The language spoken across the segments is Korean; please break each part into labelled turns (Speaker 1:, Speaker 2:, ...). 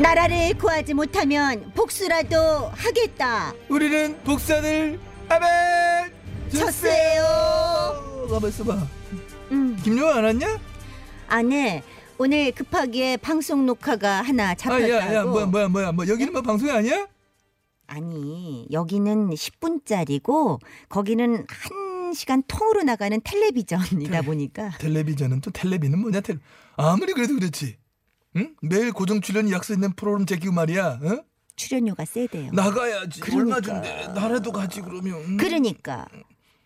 Speaker 1: 나라를 구하지 못하면 복수라도 하겠다.
Speaker 2: 우리는 복선을 아멘
Speaker 1: 쳤어요.
Speaker 2: 가만 있어봐.
Speaker 1: 음,
Speaker 2: 김용아 안 왔냐?
Speaker 1: 안에 오늘 급하게 방송 녹화가 하나 잡혔다고. 네?
Speaker 2: 아야야 뭐야 뭐야 뭐야 뭐 여기는 뭐 방송이 아니야?
Speaker 1: 아니, 여기는 10분짜리고 거기는 한 시간 통으로 나가는 텔레비전이다 보니까
Speaker 2: 텔레비전은 또 텔레비는 뭐냐 텔 아무리 그래도 그렇지. 응? 매일 고정 출연이 약속 있는 프로그램 제끼고 말이야. 응?
Speaker 1: 출연료가 세대요.
Speaker 2: 나가야지.
Speaker 1: 그러니까.
Speaker 2: 얼마 준대? 나라도 가지 그러면. 응?
Speaker 1: 그러니까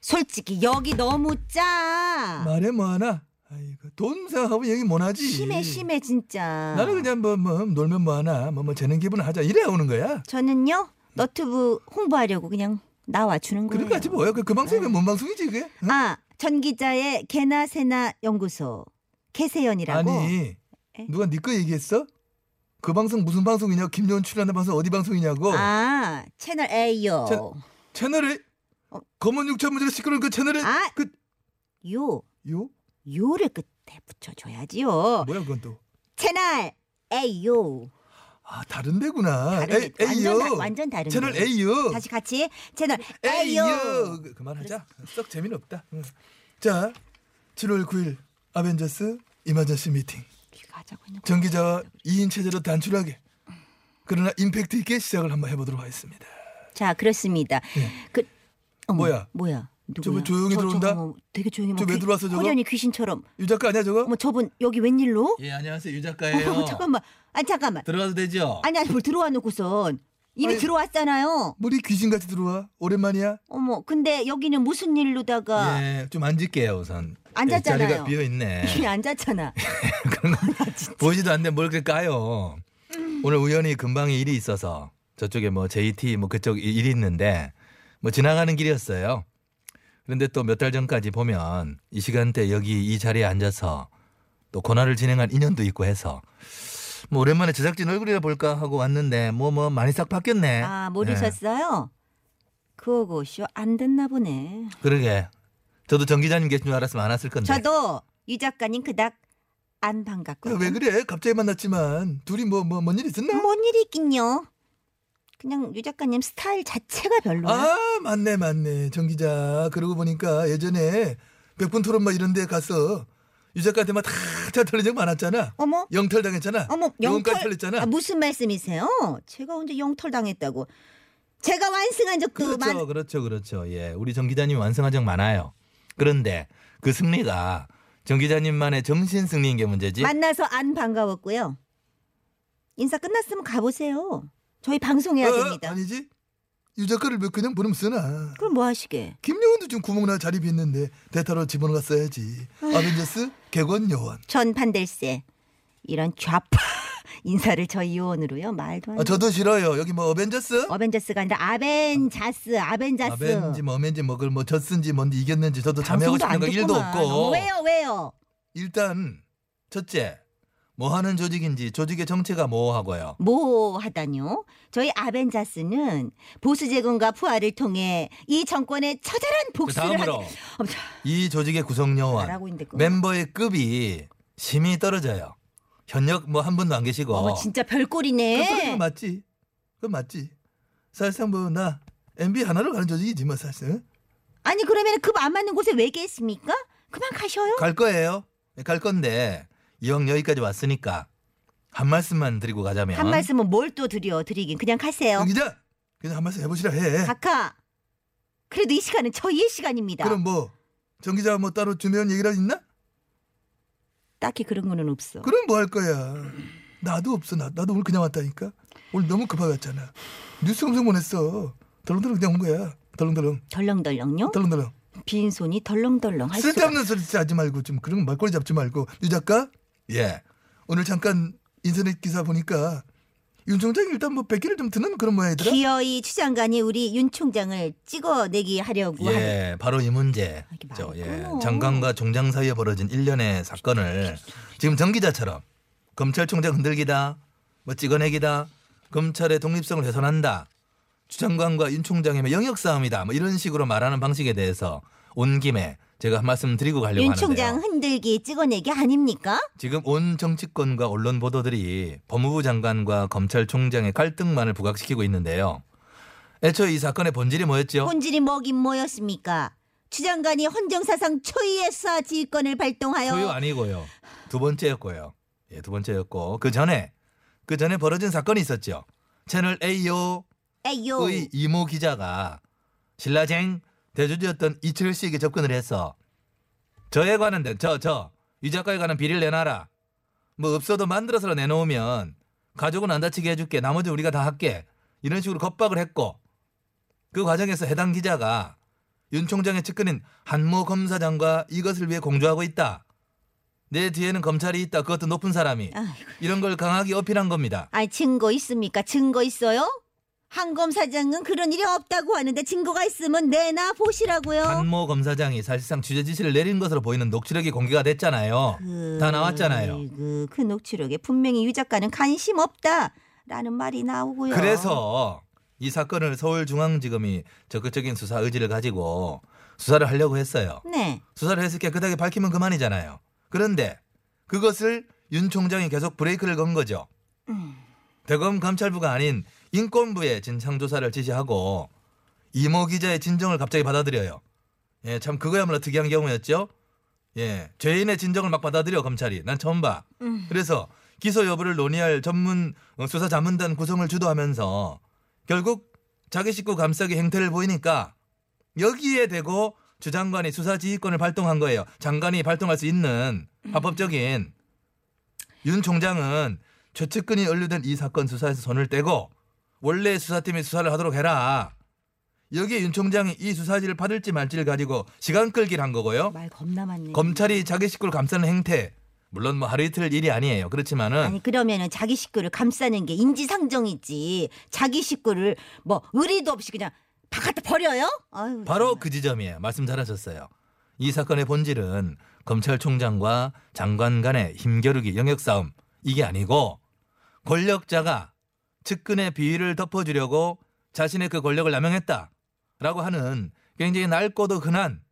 Speaker 1: 솔직히 여기 너무 짜.
Speaker 2: 말해 뭐하나? 아이고 돈 생각하면 여기 못하지.
Speaker 1: 심해 심해 진짜.
Speaker 2: 나는 그냥 뭐, 뭐 놀면 뭐하나 뭐 뭐 재능 기분 하자 이래 오는 거야.
Speaker 1: 저는요 너튜브 홍보하려고 그냥 나와 주는 거예요.
Speaker 2: 그러니까 지 뭐야 그, 그
Speaker 1: 네.
Speaker 2: 방송이 뭔 방송이지 그게? 응?
Speaker 1: 아, 전 기자의 개나 새나 연구소 개세연이라고.
Speaker 2: 아니
Speaker 1: 에?
Speaker 2: 누가 네 거 얘기했어? 그 방송 무슨 방송이냐고 김여원 출연하는 방송 어디 방송이냐고
Speaker 1: 아, 채널 A요.
Speaker 2: 채- 채널에
Speaker 1: 어.
Speaker 2: 검은 육천 문제로 시끄러운 그 채널에
Speaker 1: 아,
Speaker 2: 그
Speaker 1: 요
Speaker 2: 요?
Speaker 1: 요를 끝에 붙여 줘야지요.
Speaker 2: 뭐야 그건 또?
Speaker 1: 채널 A요.
Speaker 2: 아 다른 데구나.
Speaker 1: 다른 데,
Speaker 2: 에이요.
Speaker 1: 완전 다- 완전 다른
Speaker 2: 채널
Speaker 1: 데.
Speaker 2: A요.
Speaker 1: 다시 같이 채널 A요.
Speaker 2: 에이요. 그- 그만하자. 썩 재미는 없다. 응. 자, 7월 9일 아벤져스 이마저시 미팅.
Speaker 1: 우리가 하자고 했는 거.
Speaker 2: 전 기자와 2인 체제로 단출하게 그러나 임팩트 있게 시작을 한번 해보도록 하겠습니다.
Speaker 1: 자, 그렇습니다.
Speaker 2: 예.
Speaker 1: 그 어머,
Speaker 2: 뭐야?
Speaker 1: 뭐야? 누구야?
Speaker 2: 저분 조용히
Speaker 1: 저-
Speaker 2: 들어온다?
Speaker 1: 저거 뭐 되게 조용히
Speaker 2: 저왜
Speaker 1: 뭐 귀-
Speaker 2: 들어왔어, 저거?
Speaker 1: 호련이 귀신처럼.
Speaker 2: 유 작가 아니야 저거?
Speaker 1: 어머, 저분 여기 웬일로?
Speaker 3: 예 안녕하세요 유
Speaker 1: 어,
Speaker 3: 작가예요.
Speaker 1: 잠깐만. 아, 잠깐만.
Speaker 3: 들어가도 되죠?
Speaker 1: 아니 아니 뭘 들어와 놓고선 이미
Speaker 2: 아니,
Speaker 1: 들어왔잖아요.
Speaker 2: 머리 귀신같이 들어와. 오랜만이야. 아.
Speaker 1: 어머 근데 여기는 무슨 일로다가
Speaker 3: 예, 좀 앉을게요 우선. 예,
Speaker 1: 앉았잖아요.
Speaker 3: 자리가 비어 있네.
Speaker 1: 이미 앉았잖아.
Speaker 3: 보이지도 않는데 뭘 그렇게 까요?
Speaker 2: 음.
Speaker 3: 오늘 우연히 근방에 일이 있어서 저쪽에 뭐 JT 뭐 그쪽 이- 일이 있는데 뭐 지나가는 길이었어요. 그런데 또 몇 달 전까지 보면 이 시간대 여기 이 자리에 앉아서 또 고난을 진행한 인연도 있고 해서 뭐 오랜만에 제작진 얼굴이라 볼까 하고 왔는데 뭐 뭐 많이 싹 바뀌었네.
Speaker 1: 아
Speaker 3: 예.
Speaker 1: 모르셨어요? 그거고 쇼안 듣나 보네.
Speaker 3: 그러게. 저도 정 기자님 계신 줄 알았으면 안 왔을 건데.
Speaker 1: 저도 유 작가님 그닥 안
Speaker 2: 야, 아, 왜
Speaker 1: 반갑거든요.
Speaker 2: 그래? 갑자기 만났지만 둘이 뭐 뭐 뭔 일 있었나?
Speaker 1: 뭔 일이 있긴요. 그냥 유 작가님 스타일 자체가 별로야.
Speaker 2: 아 맞네 맞네 정 기자 그러고 보니까 예전에 백분토론 막 이런 데 가서 유 작가한테 막다 털린 적 많았잖아
Speaker 1: 어머
Speaker 2: 영털 당했잖아
Speaker 1: 어머
Speaker 2: 영혼까지
Speaker 1: 영털
Speaker 2: 털렸잖아
Speaker 1: 아, 무슨 말씀이세요? 제가 언제 영털 당했다고? 제가 완승한 적도
Speaker 3: 그렇죠,
Speaker 1: 많.
Speaker 3: 그렇죠, 그렇죠. 예, 우리 정 기자님 완성한 적 많아요. 그런데 그 승리가 정 기자님만의 정신 승리인 게 문제지.
Speaker 1: 만나서 안 반가웠고요. 인사 끝났으면 가보세요. 저희 방송해야
Speaker 2: 어,
Speaker 1: 됩니다.
Speaker 2: 아니지 유 작가를 왜 그냥 보내면 쓰나
Speaker 1: 그럼 뭐 하시게?
Speaker 2: 김여원도 지금 구멍나 자리 비었는데 대타로 집어넣어 써야지 아벤져스 개건 여원
Speaker 1: 전 반댈세. 이런 좌파 인사를 저희 요원으로요. 말도 안 돼.
Speaker 2: 아, 저도 싫어요 여기 뭐 어벤져스
Speaker 1: 어벤져스가 아니라 아벤자스, 아벤자스.
Speaker 3: 아벤지 뭐맨지 뭐글 뭐 졌은지 뭔지 이겼는지 저도 참여하고
Speaker 1: 방송도
Speaker 3: 싶은
Speaker 1: 안
Speaker 3: 거 일도
Speaker 1: 듣구만. 어,
Speaker 3: 없고.
Speaker 1: 왜요, 왜요?
Speaker 3: 일단 첫째, 뭐 하는 조직인지 조직의 정체가 뭐하고요.
Speaker 1: 뭐 하다뇨? 저희 아벤자스는 보수 재건과 부활을 통해 이 정권의 처절한
Speaker 3: 그
Speaker 1: 복수를
Speaker 3: 다음으로
Speaker 1: 하게- 어머, 참,
Speaker 3: 이 조직의 구성 요원
Speaker 1: 말하고 있는데 그거.
Speaker 3: 멤버의 급이 심히 떨어져요. 현역 뭐 한 분도 안 계시고.
Speaker 1: 어머 진짜
Speaker 2: 그건 떨어진
Speaker 1: 별꼴이네.
Speaker 2: 거 맞지? 그건 맞지. 사실상 뭐 나 MB 하나로 가는 조직이지 뭐 사실.
Speaker 1: 아니 그러면 급 안 맞는 곳에 왜 계십니까? 그만 가셔요.
Speaker 3: 갈 거예요. 갈 건데 이왕 여기까지 왔으니까 한 말씀만 드리고 가자면
Speaker 1: 한 말씀은 뭘 또 드려 드리긴 그냥 가세요.
Speaker 2: 어, 기자 네. 그냥 한 말씀 해보시라 해.
Speaker 1: 각하. 그래도 이 시간은 저희의 시간입니다.
Speaker 2: 그럼 뭐 정 기자 뭐 따로 준비한 얘기라도 있나?
Speaker 1: 딱히 그런 거는 없어.
Speaker 2: 그럼 뭐 할 거야. 나도 없어. 나, 나도 오늘 그냥 왔다니까. 오늘 너무 급하게 왔잖아. 뉴스 검색 못했어. 덜렁덜렁 그냥 온 거야. 덜렁덜렁.
Speaker 1: 덜렁덜렁요?
Speaker 2: 덜렁덜렁.
Speaker 1: 빈손이 덜렁덜렁 할 수가.
Speaker 2: 쓸데없는 소리 하지 말고 좀 그런 말꼬리 잡지 말고 유 작가 예.
Speaker 4: 오늘 잠깐 인터넷 기사 보니까 윤 총장이 일단 뭐 100개를 좀 드는 그런 모양이더라.
Speaker 1: 기어이 추 장관이 우리 윤 총장을 찍어내기 하려고 하는
Speaker 2: 예, 바로 이 문제.
Speaker 1: 아, 이게
Speaker 2: 죠 예.
Speaker 1: 많구나.
Speaker 2: 장관과 총장 사이에 벌어진 일련의 사건을 지금 정 기자처럼 검찰총장 흔들기다, 뭐 찍어내기다, 검찰의 독립성을 훼손한다, 추 장관과 윤 총장의 영역 싸움이다, 뭐 이런 식으로 말하는 방식에 대해서 온 김에 제가 한 말씀 드리고 가려고
Speaker 1: 윤
Speaker 2: 하는데요.
Speaker 1: 총장 흔들기 찍어내기 아닙니까?
Speaker 2: 지금 온 정치권과 언론 보도들이 법무부 장관과 검찰총장의 갈등만을 부각시키고 있는데요. 애초에 이 사건의 본질이 뭐였죠?
Speaker 1: 본질이 뭐긴 뭐였습니까? 추 장관이 헌정사상 초유의 수사 지휘권을 발동하여
Speaker 2: 소유 아니고요. 두 번째였고요. 예, 두 번째였고 그 전에 그 전에 벌어진 사건이 있었죠. 채널 A요
Speaker 1: 에요
Speaker 2: 의 이모 기자가 신라쟁 대주주였던 이철 씨에게 접근을 해서 저에 관한 저저이 작가에 관한 비리를 내놔라. 뭐 없어도 만들어서 내놓으면 가족은 안 다치게 해줄게. 나머지 우리가 다 할게. 이런 식으로 겁박을 했고 그 과정에서 해당 기자가 윤 총장의 측근인 한모 검사장과 이것을 위해 공조하고 있다. 내 뒤에는 검찰이 있다. 그것도 높은 사람이
Speaker 1: 아이고.
Speaker 2: 이런 걸 강하게 어필한 겁니다.
Speaker 1: 아 증거 있습니까? 증거 있어요? 한검 사장은 그런 일이 없다고 하는데 증거가 있으면 내놔 보시라고요.
Speaker 2: 한모 검사장이 사실상 취재 지시를 내린 것으로 보이는 녹취록이 공개가 됐잖아요. 다 나왔잖아요.
Speaker 1: 그, 그 녹취록에 분명히 유 작가는 관심 없다라는 말이 나오고요.
Speaker 2: 그래서 이 사건을 서울중앙지검이 적극적인 수사 의지를 가지고 수사를 하려고 했어요.
Speaker 1: 네.
Speaker 2: 수사를 해서 깨끗하게 밝히면 그만이잖아요. 그런데 그것을 윤 총장이 계속 브레이크를 건 거죠. 대검 감찰부가 아닌 인권부에 진상 조사를 지시하고 이모 기자의 진정을 갑자기 받아들여요. 예, 참 그거야말로 특이한 경우였죠. 예, 죄인의 진정을 막 받아들여 검찰이. 난 처음 봐. 그래서 기소 여부를 논의할 전문 어, 수사 자문단 구성을 주도하면서 결국 자기 식구 감싸기 행태를 보이니까 여기에 대고 주 장관이 수사지휘권을 발동한 거예요. 장관이 발동할 수 있는 합법적인 윤 총장은 최측근이 연루된 이 사건 수사에서 손을 떼고 원래 수사팀이 수사를 하도록 해라. 여기에 윤 총장이 이 수사지를 받을지 말지를 가지고 시간 끌기를 한 거고요.
Speaker 1: 말 겁나 많네.
Speaker 2: 검찰이 자기 식구를 감싸는 행태. 물론 뭐 하루 이틀 일이 아니에요. 그렇지만은
Speaker 1: 아니 그러면은 자기 식구를 감싸는 게 인지상정이지. 자기 식구를 뭐 의리도 없이 그냥 바깥에 버려요? 아유,
Speaker 2: 바로 그 지점이에요. 말씀 잘하셨어요. 이 사건의 본질은 검찰총장과 장관 간의 힘겨루기 영역 싸움 이게 아니고 권력자가 측근의 비위를 덮어주려고 자신의 그 권력을 남용했다라고 하는 굉장히 낡고도 흔한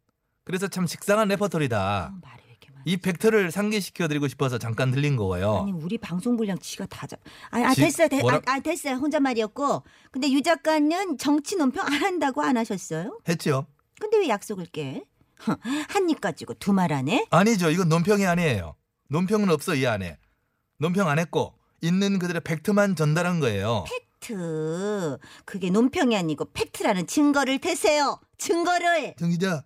Speaker 2: 그래서 참 식상한 레퍼토리다.
Speaker 1: 어, 말이 왜 이렇게 많아?
Speaker 2: 이 팩트를 상기시켜드리고 싶어서 잠깐 들린 거고요.
Speaker 1: 아니 우리 방송 분량 지가 다 잡. 아, 아
Speaker 2: 지-
Speaker 1: 됐어요, 되-
Speaker 2: 뭐라-
Speaker 1: 아, 아, 됐어요. 혼잣말이었고. 근데 유 작가는 정치 논평 안 한다고 안 하셨어요?
Speaker 2: 했죠?
Speaker 1: 근데 왜 약속을 깨? 한 입 가지고 두 말 하네.
Speaker 2: 아니죠. 이건 논평이 아니에요. 논평은 없어 이 안에. 논평 안 했고 있는 그들의 팩트만 전달한 거예요.
Speaker 1: 트 그게 논평이 아니고 팩트라는 증거를 대세요. 증거를.
Speaker 4: 정 기자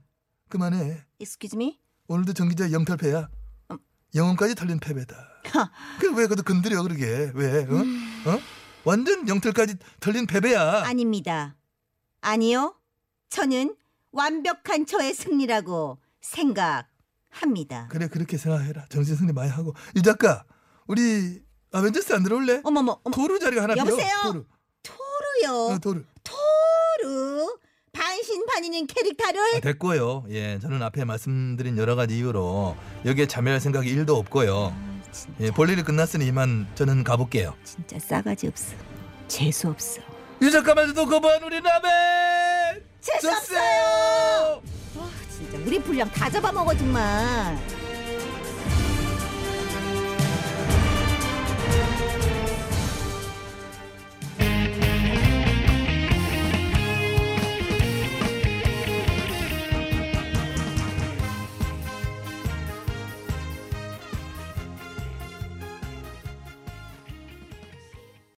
Speaker 4: 그만해.
Speaker 1: Excuse me.
Speaker 4: 오늘도 정 기자 영탈패야.
Speaker 1: 음.
Speaker 4: 영혼까지 털린 패배다. 그왜 그래도 건드려 그러게 왜? 어? 어? 완전 영털까지 털린
Speaker 2: 어.
Speaker 4: 패배야.
Speaker 1: 아닙니다. 아니요. 저는 완벽한 저의 승리라고 생각합니다.
Speaker 4: 그래 그렇게 생각해라. 정신 승리 많이 하고 이 작가 우리 아벤져스 안 들어올래?
Speaker 1: 어머머, 어머,
Speaker 4: 도루 자리가 하나 비어.
Speaker 1: 여보세요?
Speaker 4: 도루. 어,
Speaker 2: 그
Speaker 1: 토르요.
Speaker 4: 도루.
Speaker 1: 토르. 반신반인인
Speaker 2: 아,
Speaker 1: 캐릭터를
Speaker 2: 됐고요. 예, 저는 앞에 말씀드린 여러 가지 이유로 여기에 참여할 생각이 일도 없고요.
Speaker 1: 진짜,
Speaker 2: 예, 볼일이 끝났으니 이만 저는 가볼게요.
Speaker 1: 진짜 싸가지 없어. 재수 없어.
Speaker 2: 유 작가만도 그만 우리 라멘!
Speaker 1: 재수
Speaker 2: 줬어요!
Speaker 1: 아, 진짜 우리 분량 다 잡아먹어 정말.